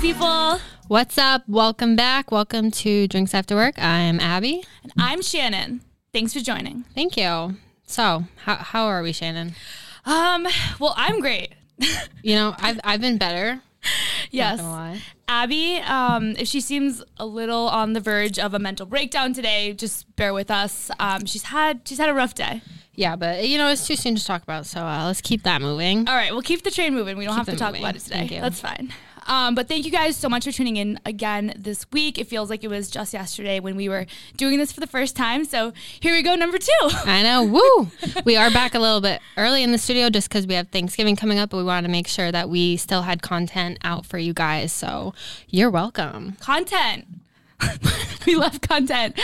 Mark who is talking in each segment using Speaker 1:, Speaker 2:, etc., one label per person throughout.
Speaker 1: people.
Speaker 2: What's up? Welcome back. Welcome to Drinks After Work. I'm Abby.
Speaker 1: And I'm Shannon. Thanks for joining.
Speaker 2: Thank you. So, how, how are we, Shannon?
Speaker 1: Um, well, I'm great.
Speaker 2: You know, I've, I've been better.
Speaker 1: yes.
Speaker 2: Not gonna lie.
Speaker 1: Abby, um, if she seems a little on the verge of a mental breakdown today, just bear with us. Um, she's had she's had a rough day.
Speaker 2: Yeah, but you know, it's too soon to talk about. So, uh, let's keep that moving.
Speaker 1: All right, we'll keep the train moving. We don't have to
Speaker 2: it
Speaker 1: talk
Speaker 2: moving.
Speaker 1: about it today.
Speaker 2: Thank you.
Speaker 1: That's fine. Um, but thank you guys so much for tuning in again this week. It feels like it was just yesterday when we were doing this for the first time. So here we go, number two.
Speaker 2: I know. Woo! we are back a little bit early in the studio just because we have Thanksgiving coming up. But we wanted to make sure that we still had content out for you guys. So, you're welcome.
Speaker 1: content. we love content.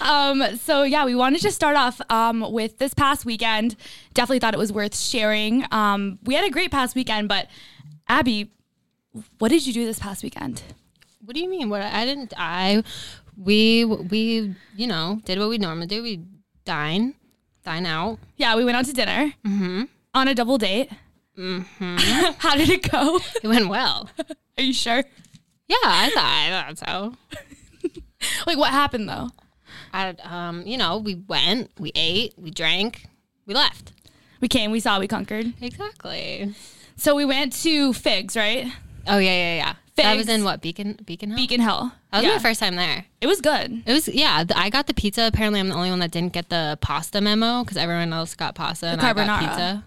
Speaker 1: Um, so yeah, we wanted to start off um, with this past weekend. Definitely thought it was worth sharing. Um, we had a great past weekend, but Abby, what did you do this past weekend?
Speaker 2: What do you mean? What I didn't. I we we you know did what we normally do. We dine, dine out.
Speaker 1: Yeah, we went out to dinner
Speaker 2: Mm-hmm.
Speaker 1: on a double date. How did it go?
Speaker 2: It went well.
Speaker 1: Are you sure?
Speaker 2: Yeah, I thought, I thought so.
Speaker 1: Like what happened though?
Speaker 2: I, um, you know, we went, we ate, we drank, we left.
Speaker 1: We came, we saw, we conquered.
Speaker 2: Exactly.
Speaker 1: So we went to Figs, right?
Speaker 2: Oh yeah, yeah, yeah. That was
Speaker 1: Figs.
Speaker 2: in what Beacon Beacon Hill.
Speaker 1: Beacon Hill.
Speaker 2: that was
Speaker 1: yeah.
Speaker 2: my first time there.
Speaker 1: It was good.
Speaker 2: It was yeah. th- I got the pizza. Apparently, I'm the only one that didn't get the pasta memo because everyone else got pasta and I got
Speaker 1: carbonara.
Speaker 2: pizza.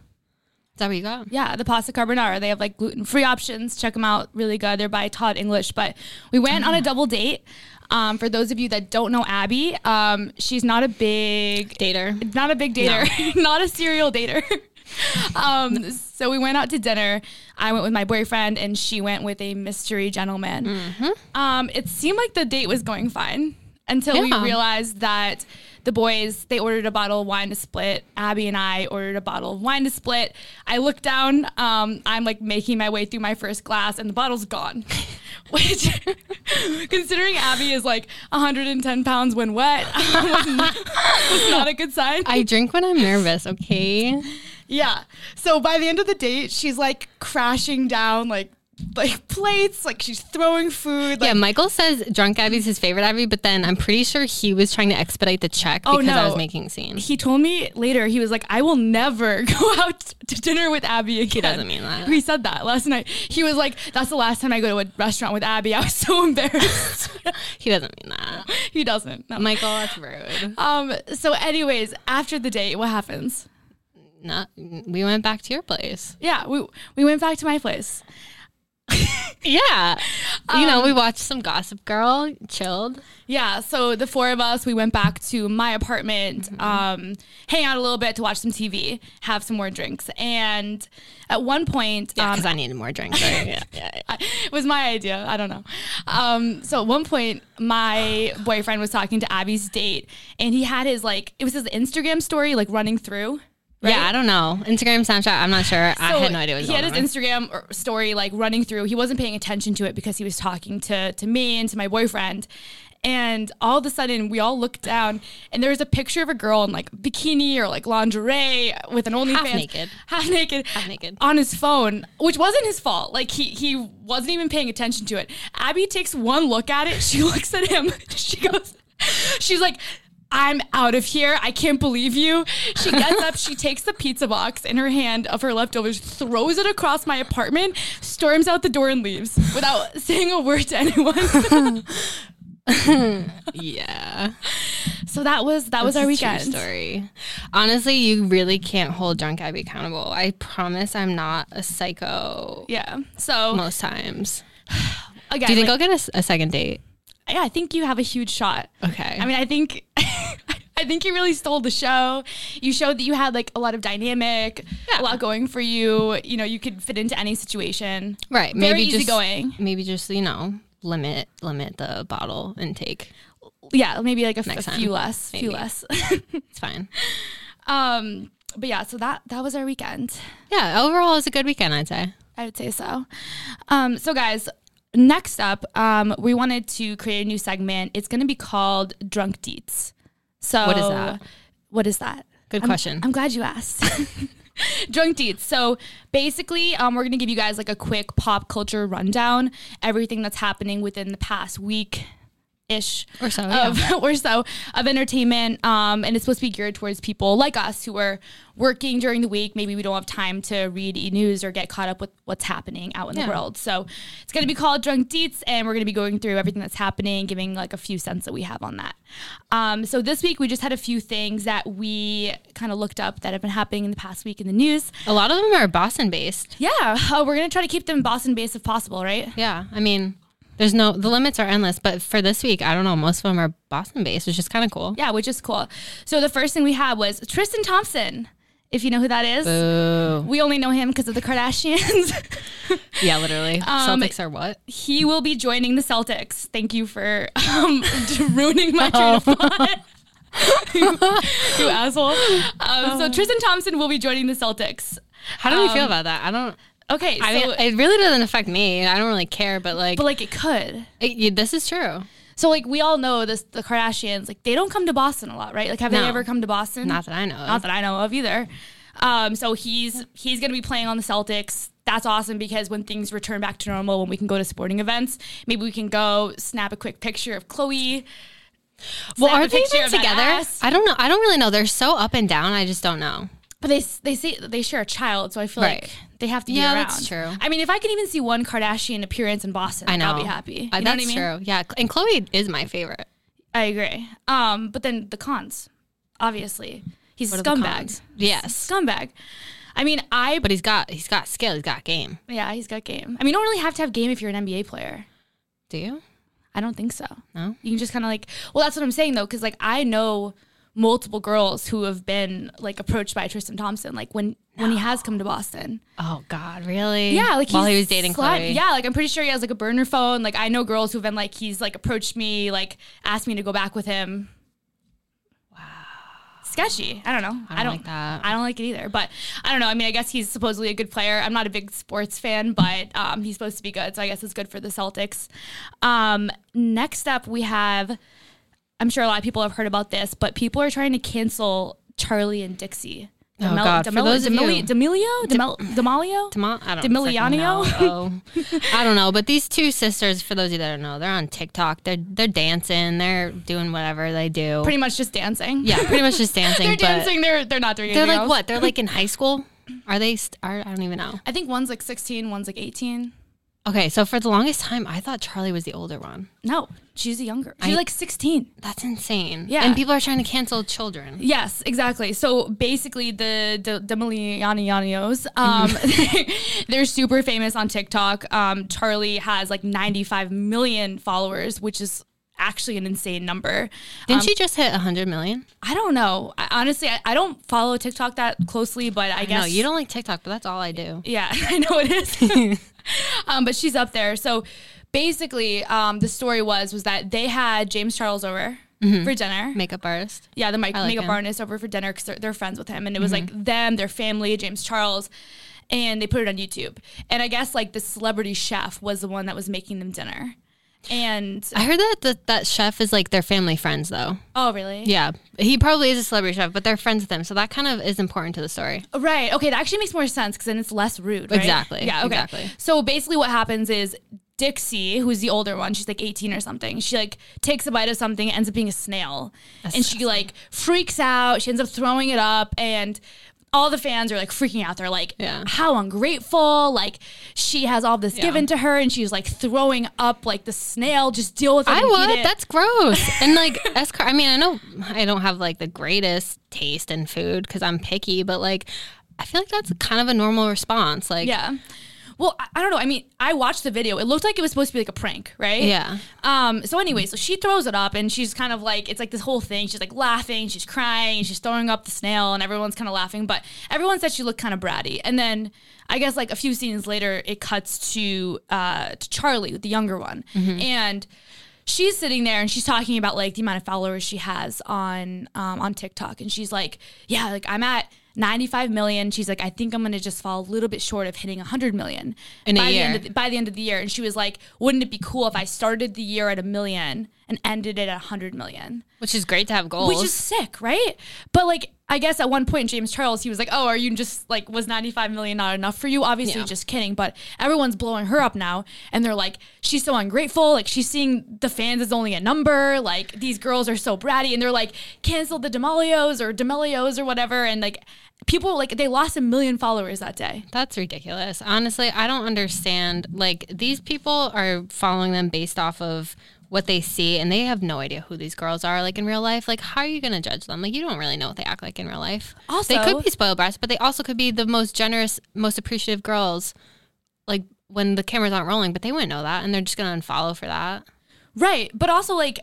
Speaker 2: Is that what you got?
Speaker 1: Yeah, the pasta carbonara. They have like gluten free options. Check them out. Really good. They're by Todd English. But we went on a double date. Um, for those of you that don't know Abby, um, she's not a big
Speaker 2: Dater.
Speaker 1: not a big dater, not a serial dater. um, so we went out to dinner. I went with my boyfriend, and she went with a mystery gentleman.
Speaker 2: Mm-hmm.
Speaker 1: Um, it seemed like the date was going fine until
Speaker 2: Yeah.
Speaker 1: we realized that the boys they ordered a bottle of wine to split. Abby and I ordered a bottle of wine to split. I look down. Um, I'm like making my way through my first glass, and the bottle's gone. Which, considering Abby is like 110 pounds when wet, was not, was not a good sign.
Speaker 2: I drink when I'm nervous. Okay.
Speaker 1: Yeah. So by the end of the date, she's like crashing down like like plates, like she's throwing food. Like,
Speaker 2: Yeah, Michael says drunk Abby's his favorite Abby, but then I'm pretty sure he was trying to expedite the check
Speaker 1: Oh,
Speaker 2: because I was
Speaker 1: no.
Speaker 2: making a scene.
Speaker 1: He told me later, he was like, I will never go out to dinner with Abby again. He
Speaker 2: doesn't mean that.
Speaker 1: He said that last night. He was like, That's the last time I go to a restaurant with Abby. I was so embarrassed.
Speaker 2: He doesn't mean that.
Speaker 1: he doesn't. No.
Speaker 2: Michael, that's rude.
Speaker 1: Um, so, anyways, after the date, what happens?
Speaker 2: No, we went back to your place.
Speaker 1: Yeah, we, we went back to my place.
Speaker 2: Yeah. you know,
Speaker 1: Um,
Speaker 2: we watched some Gossip Girl, chilled.
Speaker 1: Yeah, so the four of us, we went back to my apartment, um, hang out a little bit to watch some TV, have some more drinks. And at one point, um,
Speaker 2: Because I needed more drinks. right? yeah, yeah, yeah.
Speaker 1: I- it was my idea. I don't know. Um, so at one point, my boyfriend was talking to Abby's date, and he had his, like, it was his Instagram story, like running through. right?
Speaker 2: Yeah, I don't know. Instagram, Snapchat, I'm not sure. I
Speaker 1: So
Speaker 2: had no idea what was
Speaker 1: he had
Speaker 2: going
Speaker 1: his
Speaker 2: on.
Speaker 1: Instagram or- story like running through. He wasn't paying attention to it because he was talking to to me and to my boyfriend. And all of a sudden, we all looked down, and there was a picture of a girl in like bikini or like lingerie with an OnlyFans,
Speaker 2: naked.
Speaker 1: half naked, half
Speaker 2: naked.
Speaker 1: on his phone, which wasn't his fault. Like he he wasn't even paying attention to it. Abby takes one look at it. She looks at him. She goes, she's like. I'm out of here. I can't believe you. She gets up, she takes the pizza box in her hand of her leftovers, throws it across my apartment, storms out the door, and leaves without saying a word to anyone.
Speaker 2: yeah.
Speaker 1: so that was that was our
Speaker 2: It's a true
Speaker 1: weekend.
Speaker 2: story. Honestly, you really can't hold drunk Abby accountable. I promise I'm not a psycho
Speaker 1: Yeah. So
Speaker 2: most times.
Speaker 1: again,
Speaker 2: Do you think
Speaker 1: like,
Speaker 2: I'll get a s- a, second date?
Speaker 1: yeah, I think you have a huge shot.
Speaker 2: Okay.
Speaker 1: I mean, I think I think you really stole the show. You showed that you had like a lot of dynamic, a
Speaker 2: Yeah.
Speaker 1: lot going for you. You know, you could fit into any situation.
Speaker 2: right.
Speaker 1: Very
Speaker 2: maybe just
Speaker 1: easygoing.
Speaker 2: maybe just, you know, limit limit the bottle intake.
Speaker 1: Yeah, maybe like a, f- a
Speaker 2: time.
Speaker 1: few less, few less.
Speaker 2: It's fine.
Speaker 1: um, but yeah, so that that was our weekend.
Speaker 2: Yeah, overall it was a good weekend, I'd say.
Speaker 1: I would say so. Um, so guys, next up, um, we wanted to create a new segment. It's going to be called Drunk Deets. So
Speaker 2: What is that?
Speaker 1: What is that?
Speaker 2: Good
Speaker 1: I'm-
Speaker 2: question.
Speaker 1: I'm glad you asked. drunk deeds. So basically, um, we're gonna give you guys like a quick pop culture rundown, everything that's happening within the past week ish
Speaker 2: Or so,
Speaker 1: of, or so of entertainment um, and it's supposed to be geared towards people like us who are working during the week maybe we don't have time to read e-news or get caught up with what's happening out in
Speaker 2: Yeah.
Speaker 1: the world so it's going to be called drunk deets and we're going to be going through everything that's happening giving like a few cents that we have on that um, so this week we just had a few things that we kind of looked up that have been happening in the past week in the news
Speaker 2: A lot of them are Boston based.
Speaker 1: yeah uh, we're going to try to keep them boston based if possible right
Speaker 2: Yeah. I mean, there's no, the limits are endless, but for this week, I don't know. Most of them are Boston based, which is kind of cool.
Speaker 1: Yeah, which is cool. So the first thing we had was Tristan Thompson. If you know who that is,
Speaker 2: Uh. Boo.
Speaker 1: we only know him because of the Kardashians.
Speaker 2: Yeah, literally.
Speaker 1: Um,
Speaker 2: Celtics are what?
Speaker 1: he will be joining the Celtics. Thank you for um, ruining my train
Speaker 2: Oh.
Speaker 1: of thought. you, you asshole. Um,
Speaker 2: Oh.
Speaker 1: so Tristan Thompson will be joining the Celtics.
Speaker 2: How do we feel about that? I don't,
Speaker 1: Okay, um, so
Speaker 2: I mean, it really doesn't affect me. I don't really care, but like,
Speaker 1: but like it could.
Speaker 2: it- you- this is true.
Speaker 1: So like we all know this, the Kardashians like they don't come to Boston a lot, right? Like have
Speaker 2: No.
Speaker 1: they ever come to Boston?
Speaker 2: Not that I know.
Speaker 1: Not
Speaker 2: Of.
Speaker 1: that I know of either. Um, so he's he's going to be playing on the Celtics. That's awesome because when things return back to normal, when we can go to sporting events, maybe we can go snap a quick picture of Chloe.
Speaker 2: Well,
Speaker 1: snap a
Speaker 2: are they
Speaker 1: picture
Speaker 2: even
Speaker 1: of that
Speaker 2: together?
Speaker 1: ass.
Speaker 2: I don't know. I don't really know. They're so up and down. I just don't know.
Speaker 1: But they s- they say they share a child, so I feel
Speaker 2: Right.
Speaker 1: like they have to be around.
Speaker 2: Yeah, that's true.
Speaker 1: I mean, if I can even see one Kardashian appearance in Boston,
Speaker 2: I know.
Speaker 1: I'll be happy. You
Speaker 2: Uh,
Speaker 1: know
Speaker 2: that's
Speaker 1: what I mean?
Speaker 2: true. Yeah, Cl- and Chloe is my favorite.
Speaker 1: I agree. Um, but then the cons, obviously, he's
Speaker 2: What
Speaker 1: a
Speaker 2: are the
Speaker 1: scumbag.
Speaker 2: cons? Yes,
Speaker 1: Scumbag. I mean, I
Speaker 2: but he's got he's got skill. He's got game.
Speaker 1: yeah, he's got game. I mean, you don't really have to have game if you're an NBA player.
Speaker 2: Do you?
Speaker 1: I don't think so.
Speaker 2: No.
Speaker 1: You can just kind of like, well, that's what I'm saying though, because like I know multiple girls who have been like approached by Tristan Thompson, like when when he has come to Boston.
Speaker 2: Oh God, really?
Speaker 1: Yeah, like
Speaker 2: while he
Speaker 1: he's
Speaker 2: was dating
Speaker 1: slut-
Speaker 2: Chloe.
Speaker 1: Yeah, like I'm pretty sure he has like a burner phone. Like I know girls who've been like he's like approached me, like asked me to go back with him. Wow. Sketchy. I don't know. I don't. I don't
Speaker 2: like that.
Speaker 1: I don't like it either. But I don't know. I mean, I guess he's supposedly a good player. I'm not a big sports fan, but um, he's supposed to be good. So I guess it's good for the Celtics. Um, next up, we have. I'm sure a lot of people have heard about this, but people are trying to cancel Charlie and Dixie.
Speaker 2: Oh, God. For those of you-
Speaker 1: D'Amelio? Demel- Demalio?
Speaker 2: Dema- I don't
Speaker 1: Demiliano?
Speaker 2: freaking know. Oh, I don't know. But these two sisters, for those of you that don't know, they're on TikTok. They're they're dancing. They're doing whatever they do.
Speaker 1: pretty much just dancing.
Speaker 2: yeah, pretty much just dancing.
Speaker 1: they're
Speaker 2: but
Speaker 1: dancing. They're they're not doing.
Speaker 2: They're
Speaker 1: anything
Speaker 2: like
Speaker 1: else.
Speaker 2: what? They're like in high school. Are they? St- are, I don't even know.
Speaker 1: I think one's like 16, one's like 18.
Speaker 2: Okay, so for the longest time, I thought Charlie was the older one.
Speaker 1: No, she's a younger. She's
Speaker 2: I-
Speaker 1: like 16.
Speaker 2: That's insane.
Speaker 1: Yeah.
Speaker 2: and people are trying to cancel children.
Speaker 1: Yes, exactly. So basically, the the Demilianianos, um, they're super famous on TikTok. Um, Charlie has like 95 million followers, which is actually an insane number.
Speaker 2: Didn't she just hit hundred million?
Speaker 1: I don't know. I, honestly, I, I don't follow TikTok that closely, but I, guess
Speaker 2: No, you don't like TikTok, but that's all I do.
Speaker 1: Yeah, I know it is. um, but she's up there. So basically, um, the story was was that they had James Charles over for dinner.
Speaker 2: Makeup artist.
Speaker 1: Yeah, the mic-
Speaker 2: Mm-hmm. like
Speaker 1: makeup
Speaker 2: him. Mm-hmm.
Speaker 1: artist over for dinner because they're, they're friends with him, and it was like them, their family, James Charles, and they put it on YouTube. And I guess like the celebrity chef was the one that was making them dinner. And
Speaker 2: I heard that the, that chef is like their family friends though.
Speaker 1: oh, really?
Speaker 2: Yeah, he probably is a celebrity chef, but they're friends with him, so that kind of is important to the story.
Speaker 1: Right. Okay. That actually makes more sense because then it's less rude. Right?
Speaker 2: Exactly,
Speaker 1: Yeah. Okay.
Speaker 2: exactly.
Speaker 1: So basically, what happens is Dixie, who's the older one, she's like 18 or something. She like takes a bite of something, ends up being a snail, and she like freaks out. She ends up throwing it up and. All the fans are like freaking out. They're like,
Speaker 2: Yeah.
Speaker 1: how ungrateful. Like, she has all this given to her and she's like throwing up like the snail. Just deal with it.
Speaker 2: I
Speaker 1: and eat
Speaker 2: would.
Speaker 1: it.
Speaker 2: That's gross. And like, as car- I mean, I know I don't have like the greatest taste in food because I'm picky, but like, I feel like that's kind of a normal response. Like,
Speaker 1: Yeah. Well, I, I don't know. I mean, I watched the video. It looked like it was supposed to be like a prank, right?
Speaker 2: Yeah.
Speaker 1: Um. So anyway, so she throws it up, and she's kind of like it's like this whole thing. She's like laughing, she's crying, she's throwing up the snail, and everyone's kind of laughing. But everyone said she looked kind of bratty. And then I guess like a few scenes later, it cuts to uh to Charlie, the younger one,
Speaker 2: Mm-hmm.
Speaker 1: and. She's sitting there and she's talking about like the amount of followers she has on um, on TikTok, and she's like, "Yeah, like I'm at 95 million. She's like, I think I'm gonna just fall a little bit short of hitting 100 million
Speaker 2: In a
Speaker 1: by The
Speaker 2: year.
Speaker 1: end of the, by the end of the year. And she was like, wouldn't it be cool if I started the year at a million and ended it at 100 million?
Speaker 2: which is great to have goals.
Speaker 1: Which is sick, right? But like, I guess at one point James Charles he was like, "Oh, are you just like was 95 million not enough for you?" Obviously,
Speaker 2: Yeah.
Speaker 1: just kidding, but everyone's blowing her up now and they're like, "She's so ungrateful. Like she's seeing the fans as only a number. Like these girls are so bratty." And they're like, "Cancel the Demolios or Demelios or whatever." And like people like they lost a million followers that day.
Speaker 2: That's ridiculous. Honestly, I don't understand. Like these people are following them based off of what they see and they have no idea who these girls are like in real life. Like how are you going to judge them? Like you don't really know what they act like in real life. they
Speaker 1: Also-
Speaker 2: could be spoiled brats, but they also could be the most generous, most appreciative girls. Like when the cameras aren't rolling, but they wouldn't know that and they're just going to unfollow for that.
Speaker 1: Right. But also like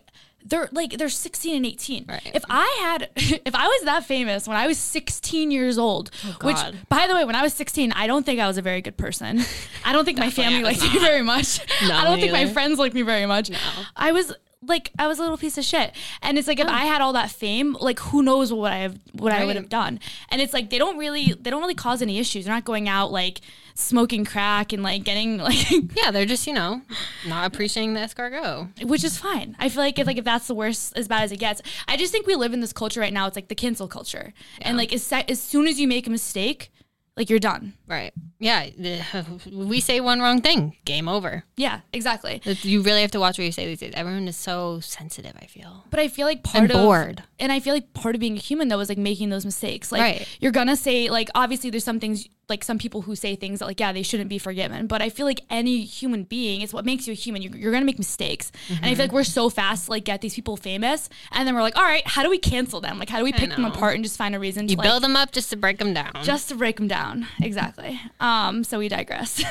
Speaker 1: they're like they're 16 and 18.
Speaker 2: Right.
Speaker 1: If I had if I was that famous when I was 16 years old, which
Speaker 2: Oh, God.
Speaker 1: by the way, when I was 16, I don't think I was a very good person. I don't think my family
Speaker 2: I was
Speaker 1: liked me very much.
Speaker 2: No,
Speaker 1: I don't
Speaker 2: me
Speaker 1: think my
Speaker 2: neither.
Speaker 1: friends liked me very much. I was like I was a little piece of shit. And it's like if I had all that fame, like who knows what I have what I would
Speaker 2: Oh. Right.
Speaker 1: have done. And it's like they don't really they don't really cause any issues. They're not going out like smoking crack and like getting like
Speaker 2: Yeah, they're just, you know, not appreciating the escargot.
Speaker 1: which is fine. I feel like if like if that's the worst, as bad as it gets, I just think we live in this culture right now. It's like the cancel culture, and like as, se- as soon as you make a mistake, like you're done.
Speaker 2: Right. Yeah, we say one wrong thing, game over.
Speaker 1: Yeah, exactly.
Speaker 2: It's- You really have to watch what you say these days. Everyone is so sensitive. I feel
Speaker 1: But I feel like part
Speaker 2: and
Speaker 1: of
Speaker 2: bored.
Speaker 1: and I feel like part of being a human though is like making those mistakes. Like
Speaker 2: Right.
Speaker 1: you're gonna say like obviously there's some things like some people who say things that like yeah they shouldn't be forgiven. But I feel like any human being it's what makes you a human. You're, you're gonna make mistakes, and I
Speaker 2: Mm-hmm.
Speaker 1: feel like we're so fast to like get these people famous, and then we're like all right, how do we cancel them? Like how do we pick them
Speaker 2: know.
Speaker 1: apart and just find a reason?
Speaker 2: You
Speaker 1: to, like,
Speaker 2: build them up just to break them down.
Speaker 1: just to break them down exactly um so we digress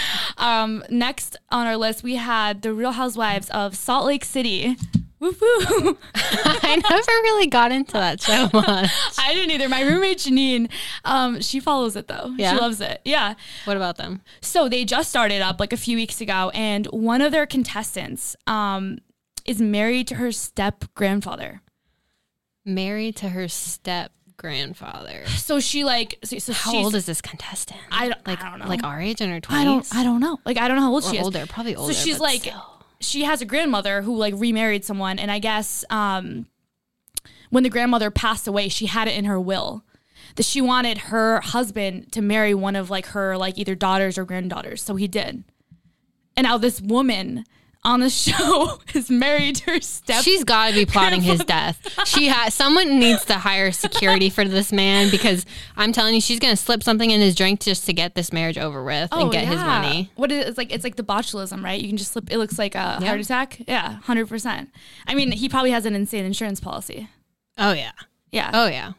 Speaker 1: um next on our list we had the real housewives of salt lake city woo woo
Speaker 2: I never really got into that so much.
Speaker 1: i didn't either my roommate janine um she follows it though
Speaker 2: Yeah?
Speaker 1: she loves it yeah
Speaker 2: What about them?
Speaker 1: so they just started up like a few weeks ago and one of their contestants um is married to her step grandfather
Speaker 2: Married to her step grandfather.
Speaker 1: so she like so, so
Speaker 2: How
Speaker 1: she's-
Speaker 2: old is this contestant?
Speaker 1: I don't-
Speaker 2: like,
Speaker 1: I don't know.
Speaker 2: Like our age in her
Speaker 1: I
Speaker 2: twenties.
Speaker 1: don't. I don't know. Like I don't know how old
Speaker 2: Or
Speaker 1: she is.
Speaker 2: older, probably older,
Speaker 1: So she's
Speaker 2: but
Speaker 1: like,
Speaker 2: still.
Speaker 1: she has a grandmother who like remarried someone, and I guess um, when the grandmother passed away, she had it in her will that she wanted her husband to marry one of like her like either daughters or granddaughters. So he did, and now this woman on the show is married to her step.
Speaker 2: She's got to be plotting his death. She has someone needs to hire security for this man because I'm telling you, she's gonna slip something in his drink just to get this marriage over with and get his
Speaker 1: Oh, yeah.
Speaker 2: money.
Speaker 1: What is it's like? It's like the botulism, right? You can just slip. It looks like a
Speaker 2: Yeah.
Speaker 1: heart attack. Yeah, hundred percent. I mean, he probably has an insane insurance policy.
Speaker 2: Oh yeah.
Speaker 1: Yeah.
Speaker 2: Oh yeah.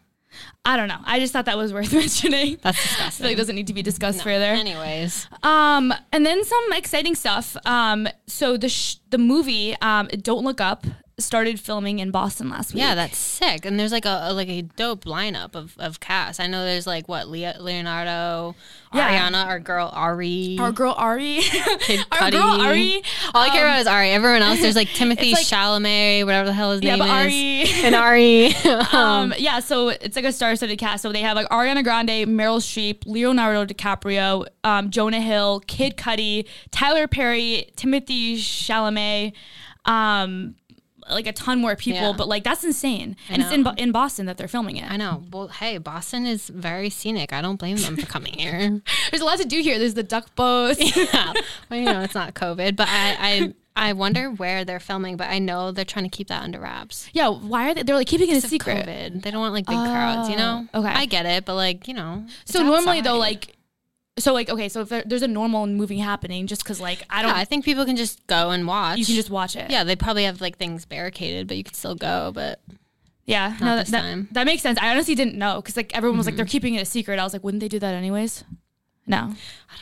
Speaker 1: I don't know. I just thought that was worth mentioning.
Speaker 2: That's
Speaker 1: I
Speaker 2: disgusting.
Speaker 1: feel like it doesn't need to be discussed further.
Speaker 2: Anyways,
Speaker 1: Um, and then some exciting stuff. Um, so the sh- the movie um, Don't Look Up started filming in Boston last week.
Speaker 2: yeah, that's sick. And there's like a, a- like a dope lineup of, of cast. I know there's like what Lea- Leonardo,
Speaker 1: Yeah.
Speaker 2: Ariana, our girl Ari.
Speaker 1: our girl Ari, our
Speaker 2: Cudi.
Speaker 1: girl Ari. um,
Speaker 2: All I care about is Ari. Everyone else, there's like Timothy
Speaker 1: like-
Speaker 2: Chalamet, whatever the hell his
Speaker 1: Yeah,
Speaker 2: name
Speaker 1: but
Speaker 2: is,
Speaker 1: Ari.
Speaker 2: and Ari.
Speaker 1: Um, yeah, so it's like a star-studded cast. So they have like Ariana Grande, Meryl Streep, Leonardo DiCaprio, um, Jonah Hill, Kid Cudi, Tyler Perry, Timothy Chalamet, um, like a ton more people.
Speaker 2: Yeah.
Speaker 1: But like that's insane, and it's in Bo- in Boston that they're filming it.
Speaker 2: I know. Well, hey, Boston is very scenic. I don't blame them for coming here.
Speaker 1: There's a lot to do here. There's the duck boats.
Speaker 2: well, you know, it's not COVID, but I, I I wonder where they're filming. But I know they're trying to keep that under wraps.
Speaker 1: yeah, why are they? They're like keeping it a
Speaker 2: It's
Speaker 1: secret. Oh,
Speaker 2: COVID. They don't want like big crowds, you know?
Speaker 1: okay.
Speaker 2: I get it, but like, you know. it's
Speaker 1: So normally
Speaker 2: outside.
Speaker 1: though, like, so like okay, so if there, there's a normal movie happening, just because like I don't,
Speaker 2: Yeah, I think people can just go and watch.
Speaker 1: you can just watch it.
Speaker 2: Yeah, they probably have like things barricaded, but you can still go. But
Speaker 1: Yeah, no, that,
Speaker 2: this time. Mm-hmm.
Speaker 1: that that makes sense. I honestly didn't know because like everyone was like they're keeping it a secret. I was like, wouldn't they do that anyways? No, I don't know.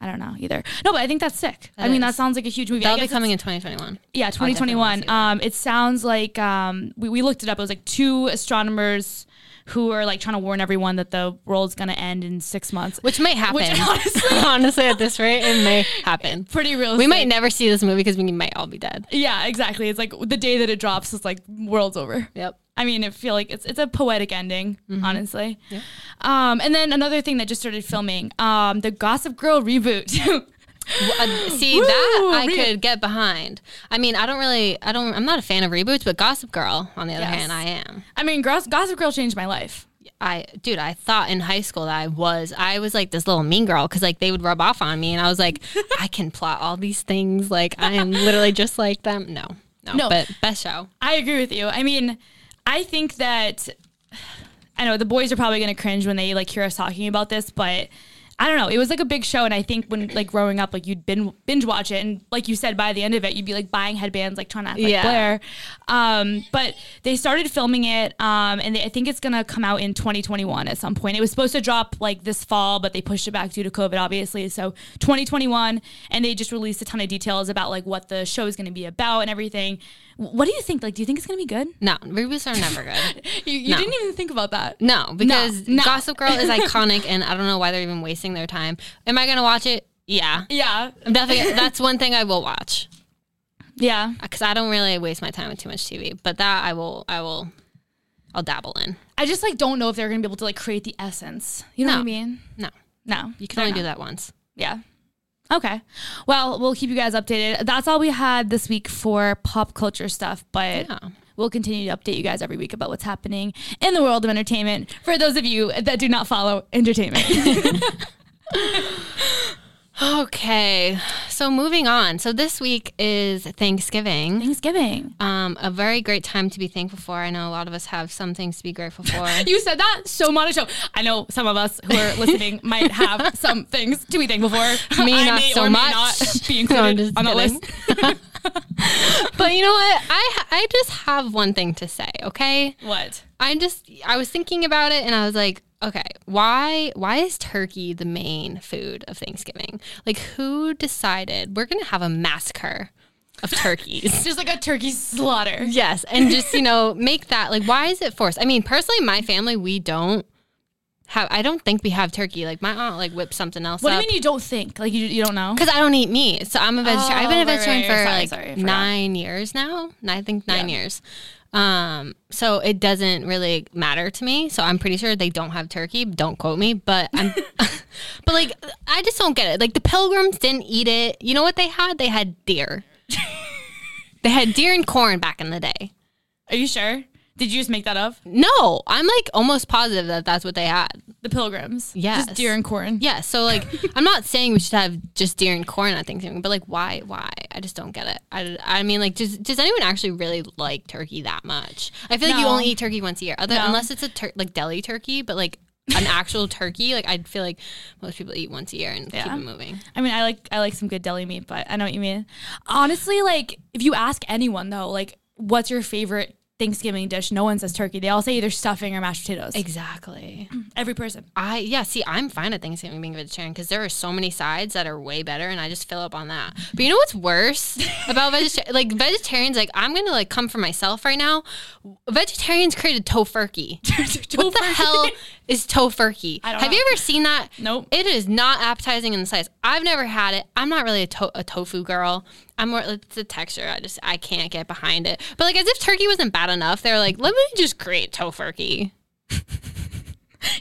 Speaker 1: I don't know either. No, but I think that's sick. I mean, that
Speaker 2: is.
Speaker 1: sounds like a huge movie. I
Speaker 2: that'll
Speaker 1: guess
Speaker 2: be
Speaker 1: it's-
Speaker 2: coming in 2021.
Speaker 1: Yeah,
Speaker 2: definitely
Speaker 1: 2021.
Speaker 2: wanna see that.
Speaker 1: Um, it sounds like um, we, we looked it up. It was like two astronomers who are like trying to warn everyone that the world's gonna end in six months,
Speaker 2: Which might happen.
Speaker 1: Which honestly-
Speaker 2: honestly, at this rate, it may happen.
Speaker 1: pretty realistic.
Speaker 2: We might never see this movie because we might all be dead.
Speaker 1: Yeah, exactly. It's like the day that it drops is like world's over.
Speaker 2: Yep.
Speaker 1: I mean, I feel like it's it's a poetic ending, honestly. Um, and then another thing that just started filming, um, the Gossip Girl reboot.
Speaker 2: Uh, see that I could get behind. I mean, I don't really, I don't, I'm not a fan of reboots, but Gossip Girl, on the other
Speaker 1: Yes.
Speaker 2: hand, I am.
Speaker 1: I mean, Goss- Gossip Girl changed my life.
Speaker 2: I, dude, I thought in high school that I was, I was like this little mean girl because like they would rub off on me, and I was like, I can plot all these things. Like I am literally just like them. No, no,
Speaker 1: No.
Speaker 2: but best show.
Speaker 1: I agree with you. I mean, I think that I know the boys are probably going to cringe when they like hear us talking about this, but I don't know. It was like a big show, and I think when like growing up, like you'd bin- binge watch it, and like you said, by the end of it, you'd be like buying headbands, like trying to act like
Speaker 2: Yeah.
Speaker 1: Blair. Um, but they started filming it, um, and they, I think it's going to come out in 2021 at some point. It was supposed to drop like this fall, but they pushed it back due to COVID, obviously. So 2021, and they just released a ton of details about like what the show is going to be about and everything. Wh- What do you think? Like, do you think it's going to be good?
Speaker 2: No, reboots are never good.
Speaker 1: You, you
Speaker 2: No.
Speaker 1: didn't even think about that.
Speaker 2: No, because
Speaker 1: no.
Speaker 2: Gossip Girl is iconic, and I don't know why they're even wasting their time. Am I gonna watch it? Yeah,
Speaker 1: Yeah.
Speaker 2: I'm definitely. that's one thing I will watch
Speaker 1: Yeah.
Speaker 2: because I don't really waste my time with too much TV. But that I will, I will, I'll dabble in.
Speaker 1: I just like don't know if they're gonna be able to like create the essence. You know
Speaker 2: No.
Speaker 1: what I mean?
Speaker 2: No,
Speaker 1: No.
Speaker 2: you can only do that once.
Speaker 1: Yeah. Okay. Well, we'll keep you guys updated. That's all we had this week for pop culture stuff, but
Speaker 2: Yeah.
Speaker 1: we'll continue to update you guys every week about what's happening in the world of entertainment for those of you that do not follow entertainment.
Speaker 2: Okay, so moving on. So this week is Thanksgiving.
Speaker 1: Thanksgiving.
Speaker 2: Um, a very great time to be thankful for. I know a lot of us have some things to be grateful for.
Speaker 1: You said that so monotone. I know some of us who are listening might have some things to be thankful for.
Speaker 2: Me,
Speaker 1: I
Speaker 2: not
Speaker 1: may
Speaker 2: so
Speaker 1: or may
Speaker 2: much.
Speaker 1: not be
Speaker 2: No, I'm
Speaker 1: included
Speaker 2: just
Speaker 1: on that
Speaker 2: kidding.
Speaker 1: list.
Speaker 2: but you know what? I I just have one thing to say. Okay.
Speaker 1: What?
Speaker 2: I just I was thinking about it and I was like, okay, why why is turkey the main food of Thanksgiving? Like who decided we're going to have a massacre of turkeys?
Speaker 1: Just like a turkey slaughter.
Speaker 2: yes, and just, you know, make that like why is it forced? I mean, personally my family we don't have I don't think we have turkey. Like my aunt like whipped something else
Speaker 1: What
Speaker 2: up.
Speaker 1: do you mean you don't think? Like you, you don't know?
Speaker 2: Because I don't eat meat, so I'm a vegetarian. I've been
Speaker 1: Oh,
Speaker 2: a
Speaker 1: right, right,
Speaker 2: vegetarian
Speaker 1: right.
Speaker 2: for
Speaker 1: Sorry,
Speaker 2: like
Speaker 1: sorry, I forgot.
Speaker 2: nine years now. N- I think nine years. Um, so it doesn't really matter to me. So I'm pretty sure they don't have turkey. Don't quote me, but I'm, but like I just don't get it. Like the Pilgrims didn't eat it. You know what they had? They had deer. they had deer and corn back in the day.
Speaker 1: Are you sure? Did you just make that up?
Speaker 2: No, I'm like almost positive that that's what they had.
Speaker 1: The pilgrims.
Speaker 2: Yes.
Speaker 1: Just deer and corn.
Speaker 2: Yeah. So like, I'm not saying we should have just deer and corn on Thanksgiving, but like, why? Why? I just don't get it. I, I mean, like, does does anyone actually really like turkey that much? I feel like you
Speaker 1: No.
Speaker 2: only eat turkey once a year, other
Speaker 1: No.
Speaker 2: unless it's a tur- like deli turkey, but like an actual turkey. Like, I feel like most people eat once a year and keep
Speaker 1: Yeah.
Speaker 2: it moving.
Speaker 1: I mean, I like I like some good deli meat, but I know what you mean. Honestly, like if you ask anyone though, like what's your favorite Thanksgiving dish? No one says turkey. They all say either stuffing or mashed potatoes.
Speaker 2: Exactly.
Speaker 1: Every person.
Speaker 2: I yeah. See, I'm fine at Thanksgiving being vegetarian because there are so many sides that are way better, and I just fill up on that. But you know what's worse about vegetarian? like vegetarians, like I'm gonna like come for myself right now. Vegetarians created tofurkey. What the hell is tofurkey?
Speaker 1: I don't
Speaker 2: Have
Speaker 1: know.
Speaker 2: you ever seen that?
Speaker 1: Nope.
Speaker 2: It is not appetizing in the size. I've never had it. I'm not really a, to- a tofu girl. I'm more. It's the texture. I just I can't get behind it. But like as if turkey wasn't bad enough, they're like, let me just create tofurkey.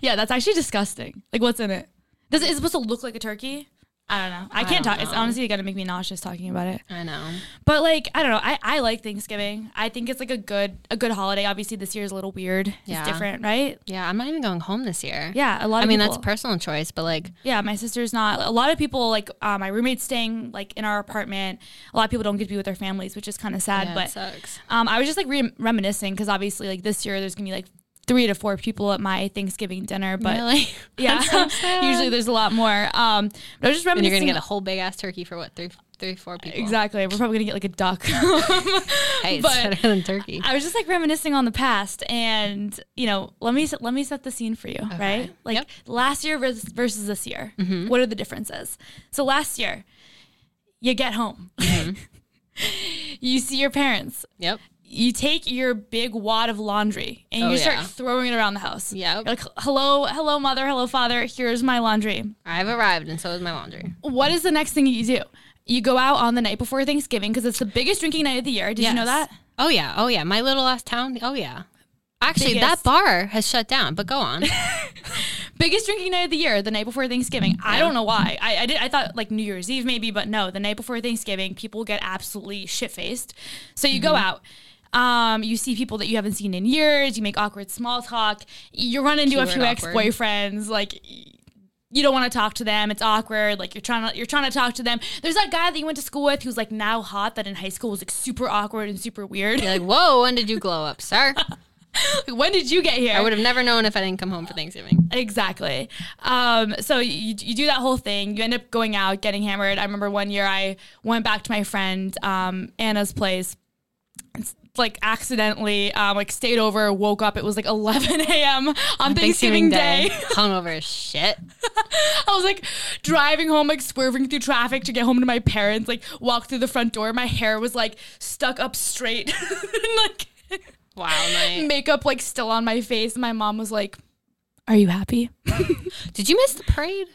Speaker 1: Yeah, that's actually disgusting. Like what's in it? Does it is it supposed to look like a turkey? I don't know. I can't
Speaker 2: don't
Speaker 1: talk. It's
Speaker 2: know.
Speaker 1: honestly gonna make me nauseous talking about it.
Speaker 2: I know.
Speaker 1: But like, I don't know. I, I like Thanksgiving. I think it's like a good a good holiday. Obviously, this year is a little weird.
Speaker 2: Yeah.
Speaker 1: It's different, right?
Speaker 2: Yeah, I'm not even going home this year.
Speaker 1: Yeah, a lot.
Speaker 2: I
Speaker 1: Of
Speaker 2: mean,
Speaker 1: people-
Speaker 2: that's a personal choice, but like,
Speaker 1: yeah. My sister's not. A lot of people like uh, my roommate's staying like in our apartment. A lot of people don't get to be with their families, which is kind of sad.
Speaker 2: yeah, it
Speaker 1: but
Speaker 2: sucks.
Speaker 1: um, I was just like re- reminiscing because obviously like this year there's gonna be like three to four people at my Thanksgiving dinner, but
Speaker 2: really?
Speaker 1: yeah,
Speaker 2: That's so sad.
Speaker 1: usually there's a lot more. Um, but I was just
Speaker 2: and
Speaker 1: reminiscing.
Speaker 2: you're gonna get a whole big ass turkey for what three, three, four people?
Speaker 1: exactly. We're probably gonna get like a duck.
Speaker 2: Hey, it's
Speaker 1: but-
Speaker 2: better than turkey.
Speaker 1: I was just like reminiscing on the past, and you know, let me let me set the scene for you, right? Like
Speaker 2: Yep. Mm-hmm.
Speaker 1: last year vers- versus this year. What are the differences? So last year, you get home,
Speaker 2: Mm-hmm.
Speaker 1: you see your parents,
Speaker 2: yep.
Speaker 1: you take your big wad of laundry, and
Speaker 2: Oh,
Speaker 1: you start
Speaker 2: yeah.
Speaker 1: throwing it around the house.
Speaker 2: Yep.
Speaker 1: You're like hello, hello, mother, hello, father. Here's my laundry
Speaker 2: I've arrived, and so is my laundry.
Speaker 1: what is the next thing you do? You go out on the night before Thanksgiving because it's the biggest drinking night of the year. Did you know
Speaker 2: Yes.
Speaker 1: that?
Speaker 2: Oh yeah. Oh yeah. My little ass town. Oh yeah. Actually,
Speaker 1: Biggest.
Speaker 2: that bar has shut down. But go on.
Speaker 1: Biggest drinking night of the year, the night before Thanksgiving. I don't know why. I I, did, I thought like New Year's Eve maybe, but no, the night before Thanksgiving, people get absolutely shit faced. So you go out.
Speaker 2: Mm-hmm.
Speaker 1: Um, you see people that you haven't seen in years. You make awkward small talk. You run into a
Speaker 2: Keyword
Speaker 1: few ex
Speaker 2: awkward.
Speaker 1: boyfriends. Like you don't want to talk to them. It's awkward. Like you're trying to you're trying to talk to them. There's that guy that you went to school with who's like now hot that in high school was like super awkward and super weird.
Speaker 2: You're like, whoa, when did you glow up, sir?
Speaker 1: when did you get here?
Speaker 2: I would have never known if I didn't come home for Thanksgiving.
Speaker 1: Exactly. Um, so you, you do that whole thing. You end up going out, getting hammered. I remember one year I went back to my friend um, Anna's place. It's like accidentally, um, like stayed over, woke up. It was like 11 a.m. on Thanksgiving, Day.
Speaker 2: Hungover as shit.
Speaker 1: I was like driving home, like swerving through traffic to get home to my parents. Like walked through the front door. My hair was like stuck up straight, and, like
Speaker 2: Wow, night.
Speaker 1: makeup like still on my face. And my mom was like, "Are you happy?"
Speaker 2: Did you miss the parade?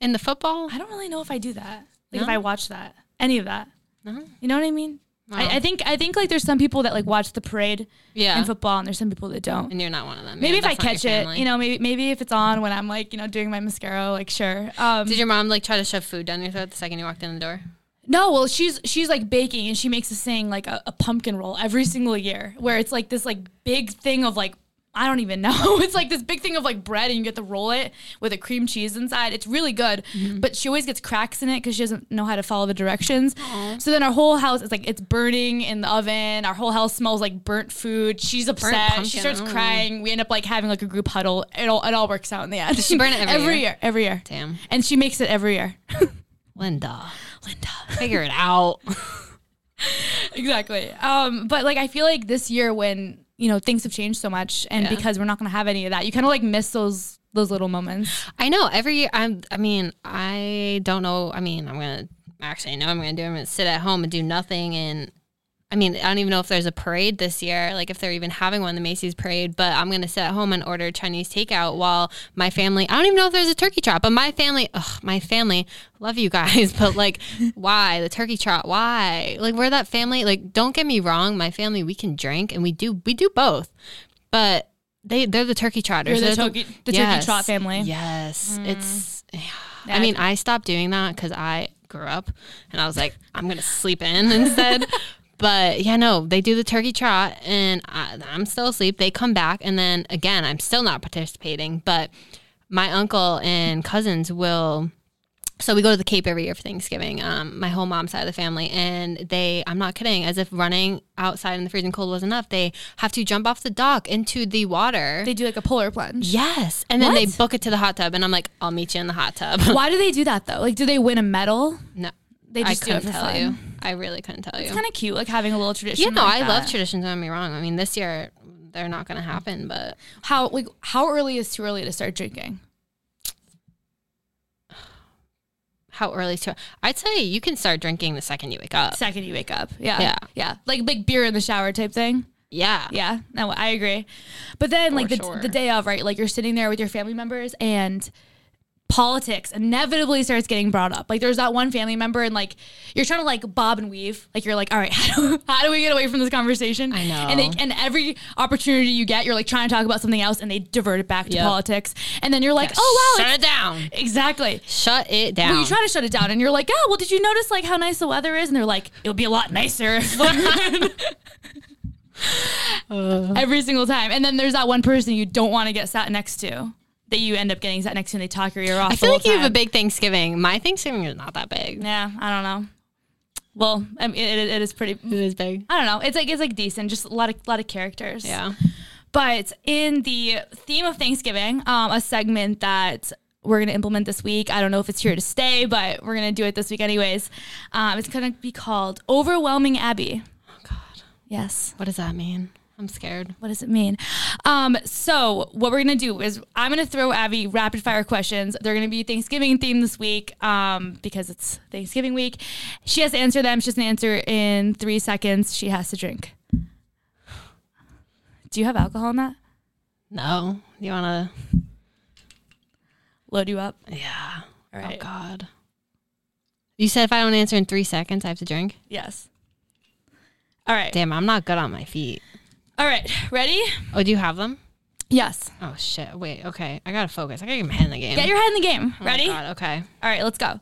Speaker 2: And the football?
Speaker 1: I don't really know if I do that. Like if
Speaker 2: No?
Speaker 1: I watch that, any of that.
Speaker 2: No.
Speaker 1: You know what I mean?
Speaker 2: Wow.
Speaker 1: I, I think I think like there's some people that like watch the parade
Speaker 2: Yeah.
Speaker 1: and football, and there's some people that don't.
Speaker 2: and you're not one of them.
Speaker 1: Maybe
Speaker 2: Yeah,
Speaker 1: if I
Speaker 2: that's not your
Speaker 1: catch it,
Speaker 2: family.
Speaker 1: you know, maybe maybe if it's on when I'm like you know doing my mascara, like sure. Um,
Speaker 2: Did your mom like try to shove food down your throat the second you walked in the door?
Speaker 1: no, well she's she's like baking and she makes us sing like a, a pumpkin roll every single year, where it's like this like big thing of like. I don't even know. It's like this big thing of like bread, and you get to roll it with a cream cheese inside. It's really good,
Speaker 2: Mm-hmm.
Speaker 1: but she always gets cracks in it because she doesn't know how to follow the directions. So then our whole house is like it's burning in the oven. Our whole house smells like burnt food. She's upset. She
Speaker 2: pumpkin,
Speaker 1: starts
Speaker 2: oh.
Speaker 1: crying. We end up like having like a group huddle. It all it all works out in the end.
Speaker 2: she burn it every
Speaker 1: every
Speaker 2: year?
Speaker 1: year? Every year.
Speaker 2: Damn.
Speaker 1: And she makes it every year.
Speaker 2: Linda,
Speaker 1: Linda.
Speaker 2: figure it out.
Speaker 1: exactly. Um, but like I feel like this year when you know things have changed so much, and
Speaker 2: Yeah.
Speaker 1: because we're not gonna have any of that, you kind of like miss those those little moments.
Speaker 2: I know every year. I'm, I mean, I don't know. I mean, I'm gonna actually I know what I'm gonna do. I'm gonna sit at home and do nothing. And I mean, I don't even know if there's a parade this year. Like if they're even having one, the Macy's parade. But I'm gonna sit at home and order Chinese takeout while my family. I don't even know if there's a turkey trot. But my family, ugh, my family, love you guys. But like, why the turkey trot? Why? Like we're that family. Like don't get me wrong. My family, we can drink and we do we do both. But they they're the turkey trotters.
Speaker 1: You're the
Speaker 2: They're
Speaker 1: turkey- the turkey trot family. Mm.
Speaker 2: Yes, it's.
Speaker 1: Yeah.
Speaker 2: I mean, I stopped doing that because I grew up, and I was like, I'm gonna sleep in instead. but yeah, no, they do the turkey trot, and I, I'm still asleep. They come back, and then again, I'm still not participating. But my uncle and cousins will. So we go to the Cape every year for Thanksgiving. Um, my whole mom's side of the family, and they—I'm not kidding—as if running outside in the freezing cold was enough, they have to jump off the dock into the water.
Speaker 1: They do like a polar plunge.
Speaker 2: Yes. And then they
Speaker 1: What?
Speaker 2: book it to the hot tub. And I'm like, I'll meet you in the hot tub.
Speaker 1: Why do they do that though? Like, do they win a medal?
Speaker 2: no.
Speaker 1: They just
Speaker 2: I
Speaker 1: do it
Speaker 2: couldn't
Speaker 1: for
Speaker 2: tell
Speaker 1: fun.
Speaker 2: you. I really couldn't tell you.
Speaker 1: It's kind of cute, like having a little tradition.
Speaker 2: yeah, no,
Speaker 1: like
Speaker 2: I
Speaker 1: that.
Speaker 2: love traditions. Don't get me wrong. I mean, this year they're not going to happen, but
Speaker 1: how like how early is too early to start drinking?
Speaker 2: how early is too? I'd say you can start drinking the second you wake up.
Speaker 1: Second you wake up, yeah,
Speaker 2: Yeah.
Speaker 1: yeah, like big beer in the shower type thing.
Speaker 2: Yeah.
Speaker 1: Yeah, no, I agree. But then, like the,
Speaker 2: sure.
Speaker 1: the day of, right? Like you're sitting there with your family members, and politics inevitably starts getting brought up. Like there's that one family member, and like you're trying to like bob and weave. Like you're like, all right, how do, how do we get away from this conversation?
Speaker 2: I know.
Speaker 1: And they, and every opportunity you get, you're like trying to talk about something else, and they divert it back to
Speaker 2: Yep.
Speaker 1: politics. And then you're like, oh wow,
Speaker 2: Shut
Speaker 1: it's-
Speaker 2: it down.
Speaker 1: exactly.
Speaker 2: Shut it down.
Speaker 1: But you try to shut it down, and you're like, "Oh, well, did you notice like how nice the weather is?" And they're like, "It would be a lot nicer." if Every single time, and then there's that one person you don't want to get sat next to that you end up getting sat next to, and they talk your ear off.
Speaker 2: I feel like you have a big Thanksgiving. My Thanksgiving is not that big.
Speaker 1: Yeah, I don't know. Well, I mean, it, it- it is pretty.
Speaker 2: It is big.
Speaker 1: I don't know. It's like it's like decent, just a lot of lot of characters.
Speaker 2: Yeah.
Speaker 1: But in the theme of Thanksgiving, um, a segment that we're going to implement this week. I don't know if it's here to stay, but we're going to do it this week anyways. Um, it's going to be called Overwhelming Abby.
Speaker 2: Oh, God.
Speaker 1: Yes.
Speaker 2: What does that mean? I'm scared.
Speaker 1: What does it mean? Um, so what we're gonna do is I'm gonna throw Abby rapid fire questions. They're gonna be Thanksgiving themed this week um, because it's Thanksgiving week. She has to answer them. She has to answer in three seconds. She has to drink. Do you have alcohol in that?
Speaker 2: No. You want
Speaker 1: Load you up.
Speaker 2: to? Yeah.
Speaker 1: All
Speaker 2: Oh, God. You said if I don't answer in three seconds, I have to drink?
Speaker 1: Yes. All right.
Speaker 2: Damn, I'm not good on my feet.
Speaker 1: All right. Ready?
Speaker 2: Oh, do you have them?
Speaker 1: Yes.
Speaker 2: Oh shit! Wait. Okay, I gotta focus. I gotta get my head in the game.
Speaker 1: Get your head in the game.
Speaker 2: Oh my
Speaker 1: Ready?
Speaker 2: God, okay.
Speaker 1: All right, let's go.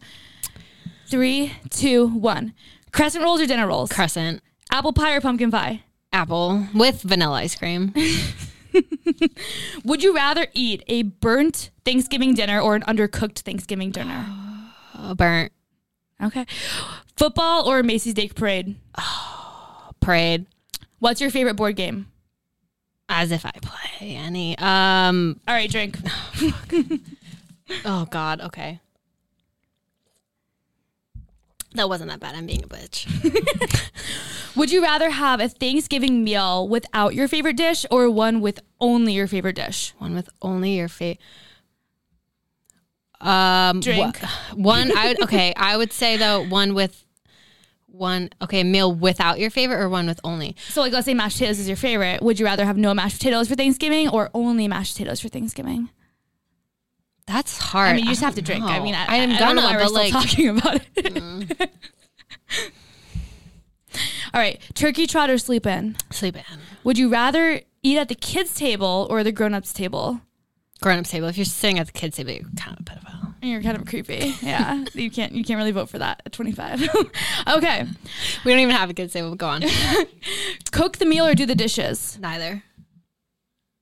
Speaker 1: Three, two, one. Crescent rolls or dinner rolls?
Speaker 2: Crescent
Speaker 1: Apple pie or pumpkin pie?
Speaker 2: apple with vanilla ice cream.
Speaker 1: Would you rather eat a burnt Thanksgiving dinner or an undercooked Thanksgiving dinner?
Speaker 2: Oh, burnt
Speaker 1: Okay. Football or a Macy's Day Parade?
Speaker 2: parade.
Speaker 1: What's your favorite board game?
Speaker 2: As if I play any. Um.
Speaker 1: All right, drink.
Speaker 2: Oh God. Okay. That wasn't that bad. I'm being a bitch.
Speaker 1: Would you rather have a Thanksgiving meal without your favorite dish or one with only your favorite dish?
Speaker 2: One with only your fate. Um,
Speaker 1: Drink.
Speaker 2: wha- one. I would, okay. I would say though one with one. Okay, meal without your favorite or one with only.
Speaker 1: So, like, let's say mashed potatoes is your favorite. Would you rather have no mashed potatoes for Thanksgiving or only mashed potatoes for Thanksgiving?
Speaker 2: That's hard.
Speaker 1: I mean, you just
Speaker 2: don't
Speaker 1: have to drink. I
Speaker 2: know.
Speaker 1: mean, I,
Speaker 2: am
Speaker 1: I don't
Speaker 2: gonna,
Speaker 1: know why we're
Speaker 2: but
Speaker 1: still
Speaker 2: like,
Speaker 1: talking about it. All right, turkey trot or sleep in.
Speaker 2: sleep in.
Speaker 1: Would you rather eat at the kids' table or the grown-ups' table?
Speaker 2: Grown up table. If you're sitting at the kids' table, you're kind of a pedophile.
Speaker 1: You're kind of creepy. Yeah, you can't you can't really vote for that at 25. okay,
Speaker 2: We don't even have a kids' table. Go on.
Speaker 1: cook the meal or do the dishes.
Speaker 2: Neither.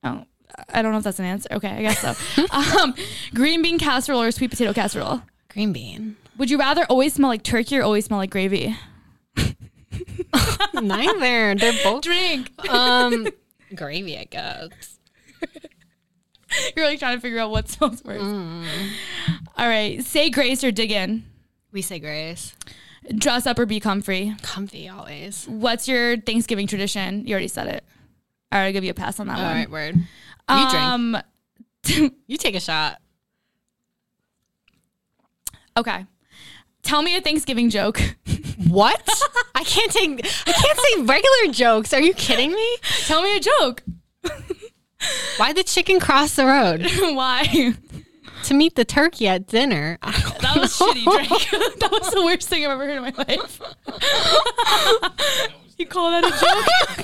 Speaker 1: Oh, I don't know if that's an answer. Okay, I guess so. um, green bean casserole or sweet potato casserole.
Speaker 2: Green bean.
Speaker 1: Would you rather always smell like turkey or always smell like gravy?
Speaker 2: Neither. They're both
Speaker 1: Drink.
Speaker 2: um gravy. I guess.
Speaker 1: You're like trying to figure out what smells worse.
Speaker 2: Mm.
Speaker 1: All right, say grace or dig in.
Speaker 2: We say grace.
Speaker 1: Dress up or be comfrey.
Speaker 2: Comfy always.
Speaker 1: What's your Thanksgiving tradition? You already said it. All right, I'll give you a pass on that
Speaker 2: All
Speaker 1: one.
Speaker 2: right, word. You drink.
Speaker 1: Um,
Speaker 2: You take a shot.
Speaker 1: okay. Tell me a Thanksgiving joke.
Speaker 2: What? I can't take. I can't say regular jokes. Are you kidding me?
Speaker 1: Tell me a joke.
Speaker 2: Why the chicken cross the road
Speaker 1: Why?
Speaker 2: to meet the turkey at dinner? Oh I don't
Speaker 1: That was shitty, Drake. that was the worst thing I've ever heard in my life. you call that a joke?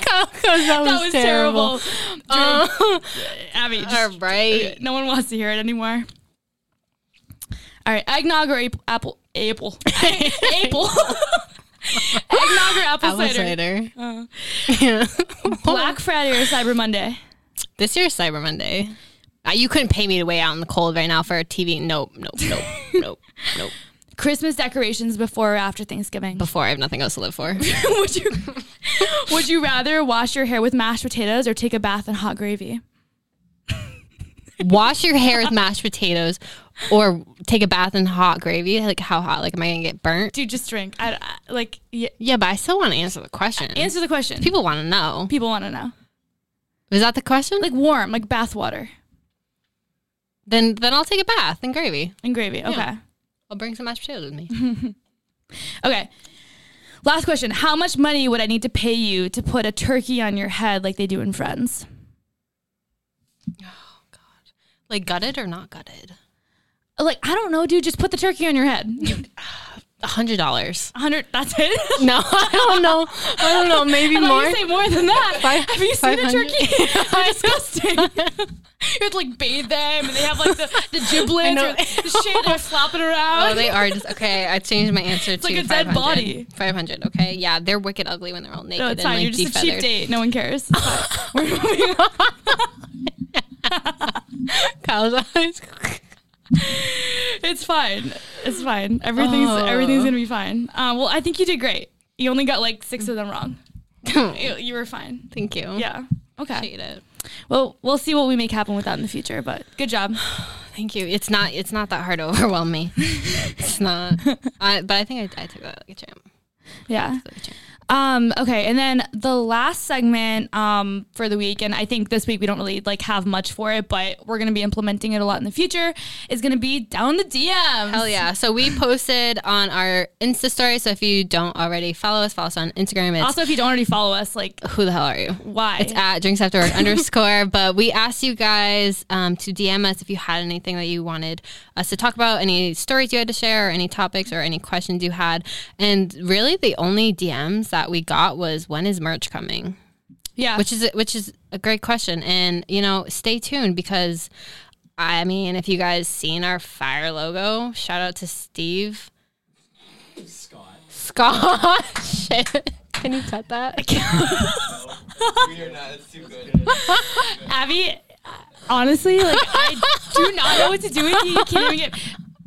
Speaker 2: that,
Speaker 1: that was terrible. Drake,
Speaker 2: Uh,
Speaker 1: Abby, just
Speaker 2: all right.
Speaker 1: No one wants to hear it anymore. All right, eggnog or ap- apple? Apple. apple. eggnog or apple,
Speaker 2: Apple
Speaker 1: cider?
Speaker 2: cider.
Speaker 1: Uh.
Speaker 2: Yeah.
Speaker 1: Black Friday or Cyber Monday?
Speaker 2: This year's Cyber Monday. Uh, you couldn't pay me to wait out in the cold right now for a TV. Nope, nope, nope, nope, nope.
Speaker 1: Christmas decorations before or after Thanksgiving?
Speaker 2: Before I have nothing else to live for.
Speaker 1: would you Would you rather wash your hair with mashed potatoes or take a bath in hot gravy?
Speaker 2: Wash your hair with mashed potatoes, or take a bath in hot gravy. Like how hot? Like am I gonna get burnt?
Speaker 1: Dude, just drink. I, I- like yeah,
Speaker 2: Yeah, but I still want to answer the question.
Speaker 1: answer the question. People,
Speaker 2: People want to know.
Speaker 1: people want to know.
Speaker 2: Is that the question?
Speaker 1: Like warm, like bath water
Speaker 2: then, then I'll take a bath and gravy.
Speaker 1: and gravy. Okay.
Speaker 2: I'll bring some mashed potatoes with me.
Speaker 1: Okay. Last question. How much money would I need to pay you to put a turkey on your head like they do in Friends?
Speaker 2: like gutted or not gutted?
Speaker 1: Like, I don't know, dude. Just put the turkey on your head.
Speaker 2: A hundred dollars.
Speaker 1: 100. That's it.
Speaker 2: No, I don't know. I don't know. Maybe
Speaker 1: I thought
Speaker 2: more.
Speaker 1: you say more than that.
Speaker 2: Five-
Speaker 1: have you seen a
Speaker 2: 500?
Speaker 1: turkey? They're disgusting. you have to like bathe them and they have like the, the giblets
Speaker 2: know.
Speaker 1: or the shit they're flopping around.
Speaker 2: Oh, they are just okay. I changed my answer to
Speaker 1: like a dead body.
Speaker 2: Five hundred. Okay, yeah, they're wicked ugly when they're all naked
Speaker 1: no,
Speaker 2: and
Speaker 1: it's fine.
Speaker 2: like
Speaker 1: You're just a cheap
Speaker 2: defeathered.
Speaker 1: date. No one cares. It's fine. We're moving on.
Speaker 2: Cow's eyes.
Speaker 1: It's fine. It's fine. Everything's
Speaker 2: Oh.
Speaker 1: everything's gonna be fine. Uh, well, I think you did great. You only got like six of them wrong. You, you were fine.
Speaker 2: Thank you.
Speaker 1: Yeah. Okay.
Speaker 2: Appreciate it.
Speaker 1: Well, we'll see what we make happen with that in the future. But good job.
Speaker 2: Thank you. It's not. It's not that hard to overwhelm me. it's not. I, but I think I, I took that like a champ.
Speaker 1: Yeah.
Speaker 2: Like a champ.
Speaker 1: Um, okay, and then the last segment um, for the week, and I think this week we don't really like have much for it, but we're gonna be implementing it a lot in the future. Is gonna be down the DMs.
Speaker 2: Hell yeah. So we posted on our Insta story. So if you don't already follow us, follow us on Instagram. It's
Speaker 1: Also, if you don't already follow us, like
Speaker 2: who the hell are you?
Speaker 1: why?
Speaker 2: It's at drinks after work underscore. But we asked you guys um, to DM us if you had anything that you wanted us to talk about, any stories you had to share, or any topics or any questions you had. And really, the only DMs that we got was when is merch coming?
Speaker 1: Yeah.
Speaker 2: which is which is a great question and you know stay tuned because i mean if you guys seen our fire logo shout out to steve
Speaker 3: Scott.
Speaker 2: scott shit can you cut that
Speaker 3: We are not. It's too good.
Speaker 1: Abby, honestly, like I do not know what to do with you. You can't even get.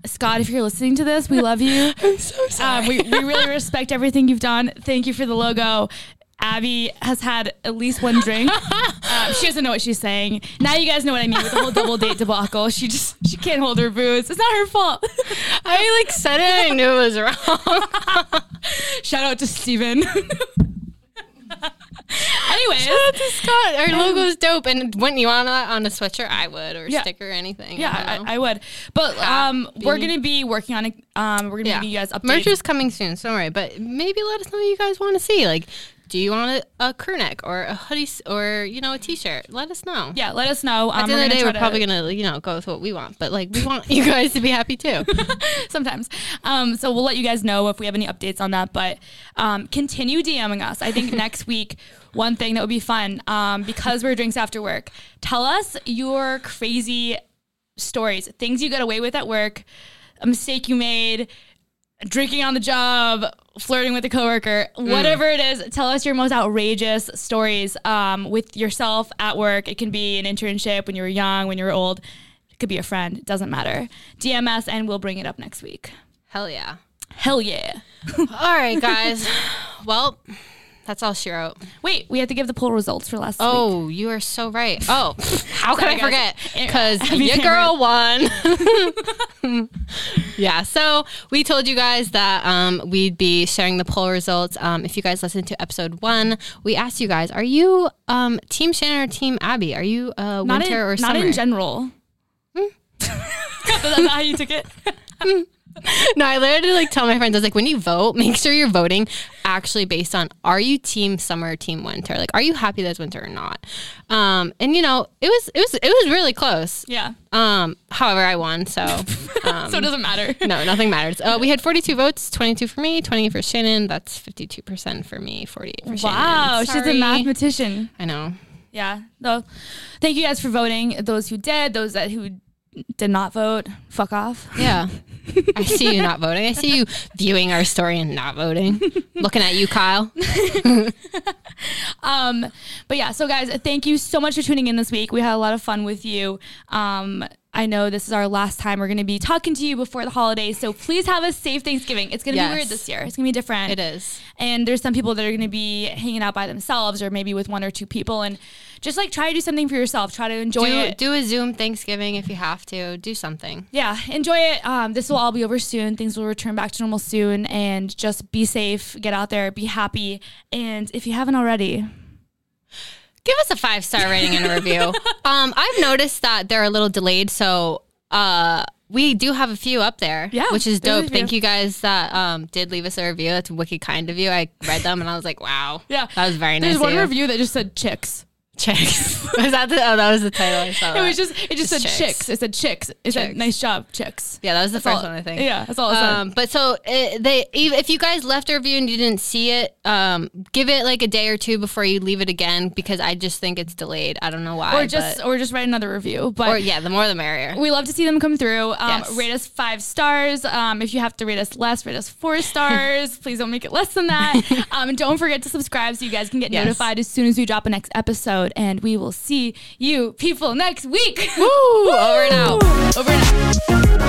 Speaker 1: Scott, if you're listening to this, we love you.
Speaker 2: i'm so
Speaker 1: Um, we, we really respect everything you've done. Thank you for the logo. Abby has had at least one drink. Um, she doesn't know what she's saying. Now you guys know what I mean with the whole double date debacle. She just she can't hold her booze. It's not her fault.
Speaker 2: i like said it and i knew it was wrong
Speaker 1: Shout out to Steven. Anyways,
Speaker 2: scott our logo's dope and wouldn't you want that on a sweatshirt i would or
Speaker 1: Yeah.
Speaker 2: sticker or anything
Speaker 1: yeah,
Speaker 2: don't know.
Speaker 1: I, I would. But um, we're
Speaker 2: Abby.
Speaker 1: gonna be working on it. Um, we're gonna
Speaker 2: yeah
Speaker 1: give you guys updates.
Speaker 2: merger's coming soon so don't worry but maybe let us know what you guys want to see like do you want a, a crew neck or a hoodie s- or you know a t-shirt let us know
Speaker 1: Yeah, let us know. Um,
Speaker 2: At the end of the day,
Speaker 1: gonna
Speaker 2: we're
Speaker 1: try
Speaker 2: probably
Speaker 1: to-
Speaker 2: gonna, you know, go with what we want. But like, we want you guys to be happy too.
Speaker 1: sometimes. Um, so we'll let you guys know if we have any updates on that. But um, continue DMing us. I think next week, one thing that would be fun um, because we're drinks after work. Tell us your crazy stories, things you got away with at work, a mistake you made, drinking on the job, flirting with a coworker,
Speaker 2: Mm.
Speaker 1: whatever it is. Tell us your most outrageous stories um, with yourself at work. It can be an internship when you were young, when you were old. It could be a friend. It doesn't matter. DMS, and we'll bring it up next week.
Speaker 2: Hell yeah!
Speaker 1: Hell yeah!
Speaker 2: All right, guys. well, that's all she wrote.
Speaker 1: Wait, we had to give the poll results for last week.
Speaker 2: Oh, you are so right. Oh, how could
Speaker 1: Sorry,
Speaker 2: I
Speaker 1: guys.
Speaker 2: forget? Because
Speaker 1: Abby's
Speaker 2: your girl won. yeah. So we told you guys that um, we'd be sharing the poll results. Um, if you guys listened to episode one, we asked you guys, are you um, Team Shannon or Team Abby? Are you uh,
Speaker 1: not
Speaker 2: winter
Speaker 1: in,
Speaker 2: or
Speaker 1: not
Speaker 2: summer? Hmm.
Speaker 1: in general. That's not how you took it.
Speaker 2: No, I literally like tell my friends, I was like, when you vote, make sure you're voting actually based on are you team summer or team winter? Like, are you happy that it's winter or not? Um, and you know, it was it was it was really close.
Speaker 1: Yeah.
Speaker 2: Um, however, I won, so
Speaker 1: so
Speaker 2: Um,
Speaker 1: it doesn't matter.
Speaker 2: no, nothing matters. Uh, we had 42 votes, 22 for me, 20 for Shannon. That's 52 percent for me, 48 for Shannon.
Speaker 1: Wow, she's a
Speaker 2: Sorry.
Speaker 1: mathematician.
Speaker 2: I know.
Speaker 1: Yeah. So thank you guys for voting. Those who did, those that who did not vote, fuck off.
Speaker 2: Yeah. I see you not voting. I see you viewing our story and not voting. Looking at you, Kyle.
Speaker 1: Um, but yeah, so guys, thank you so much for tuning in this week. We had a lot of fun with you. Um, I know this is our last time we're going to be talking to you before the holidays, so please have a safe Thanksgiving. It's going to
Speaker 2: Yes.
Speaker 1: be weird this year. It's going to be different.
Speaker 2: It is.
Speaker 1: And there's some people that are going to be hanging out by themselves or maybe with one or two people and just like try to do something for yourself. Try to enjoy
Speaker 2: do,
Speaker 1: it.
Speaker 2: do a Zoom Thanksgiving if you have to. Do something.
Speaker 1: yeah, enjoy it. Um, this will all be over soon. Things will return back to normal soon. And just be safe, get out there, be happy. And if you haven't already,
Speaker 2: Give us a five star rating and a review. um, I've noticed that they're a little delayed, so uh, we do have a few up there,
Speaker 1: Yeah,
Speaker 2: which is
Speaker 1: there is a
Speaker 2: dope. Thank
Speaker 1: few.
Speaker 2: you guys that um, did leave us a review. That's wicked kind of you. I read them and I was like, wow,
Speaker 1: Yeah.
Speaker 2: that was very nice.
Speaker 1: there's one
Speaker 2: of you.
Speaker 1: review that just said chicks.
Speaker 2: Chicks. was that the? Oh, that was the title. I saw
Speaker 1: It
Speaker 2: that.
Speaker 1: was just it just, said
Speaker 2: chicks.
Speaker 1: chicks. It said chicks. It said
Speaker 2: Chicks.
Speaker 1: nice job, chicks.
Speaker 2: yeah, that was the
Speaker 1: That's
Speaker 2: first
Speaker 1: all-
Speaker 2: one I think.
Speaker 1: Yeah, that's all it said.
Speaker 2: Um, but so it, they, ev- if you guys left a review and you didn't see it, um, give it like a day or two before you leave it again because I just think it's delayed. I don't know why.
Speaker 1: or just
Speaker 2: but-
Speaker 1: or just write another review. But
Speaker 2: or yeah, the more the merrier.
Speaker 1: we love to see them come through. Um,
Speaker 2: Yes.
Speaker 1: Rate us five stars. Um, if you have to rate us less, rate us four stars. Please don't make it less than that. Um, and don't forget to subscribe so you guys can get
Speaker 2: Yes.
Speaker 1: notified as soon as we drop a next episode. And we will see you people next week.
Speaker 2: Woo! Over and out.
Speaker 1: Over and out.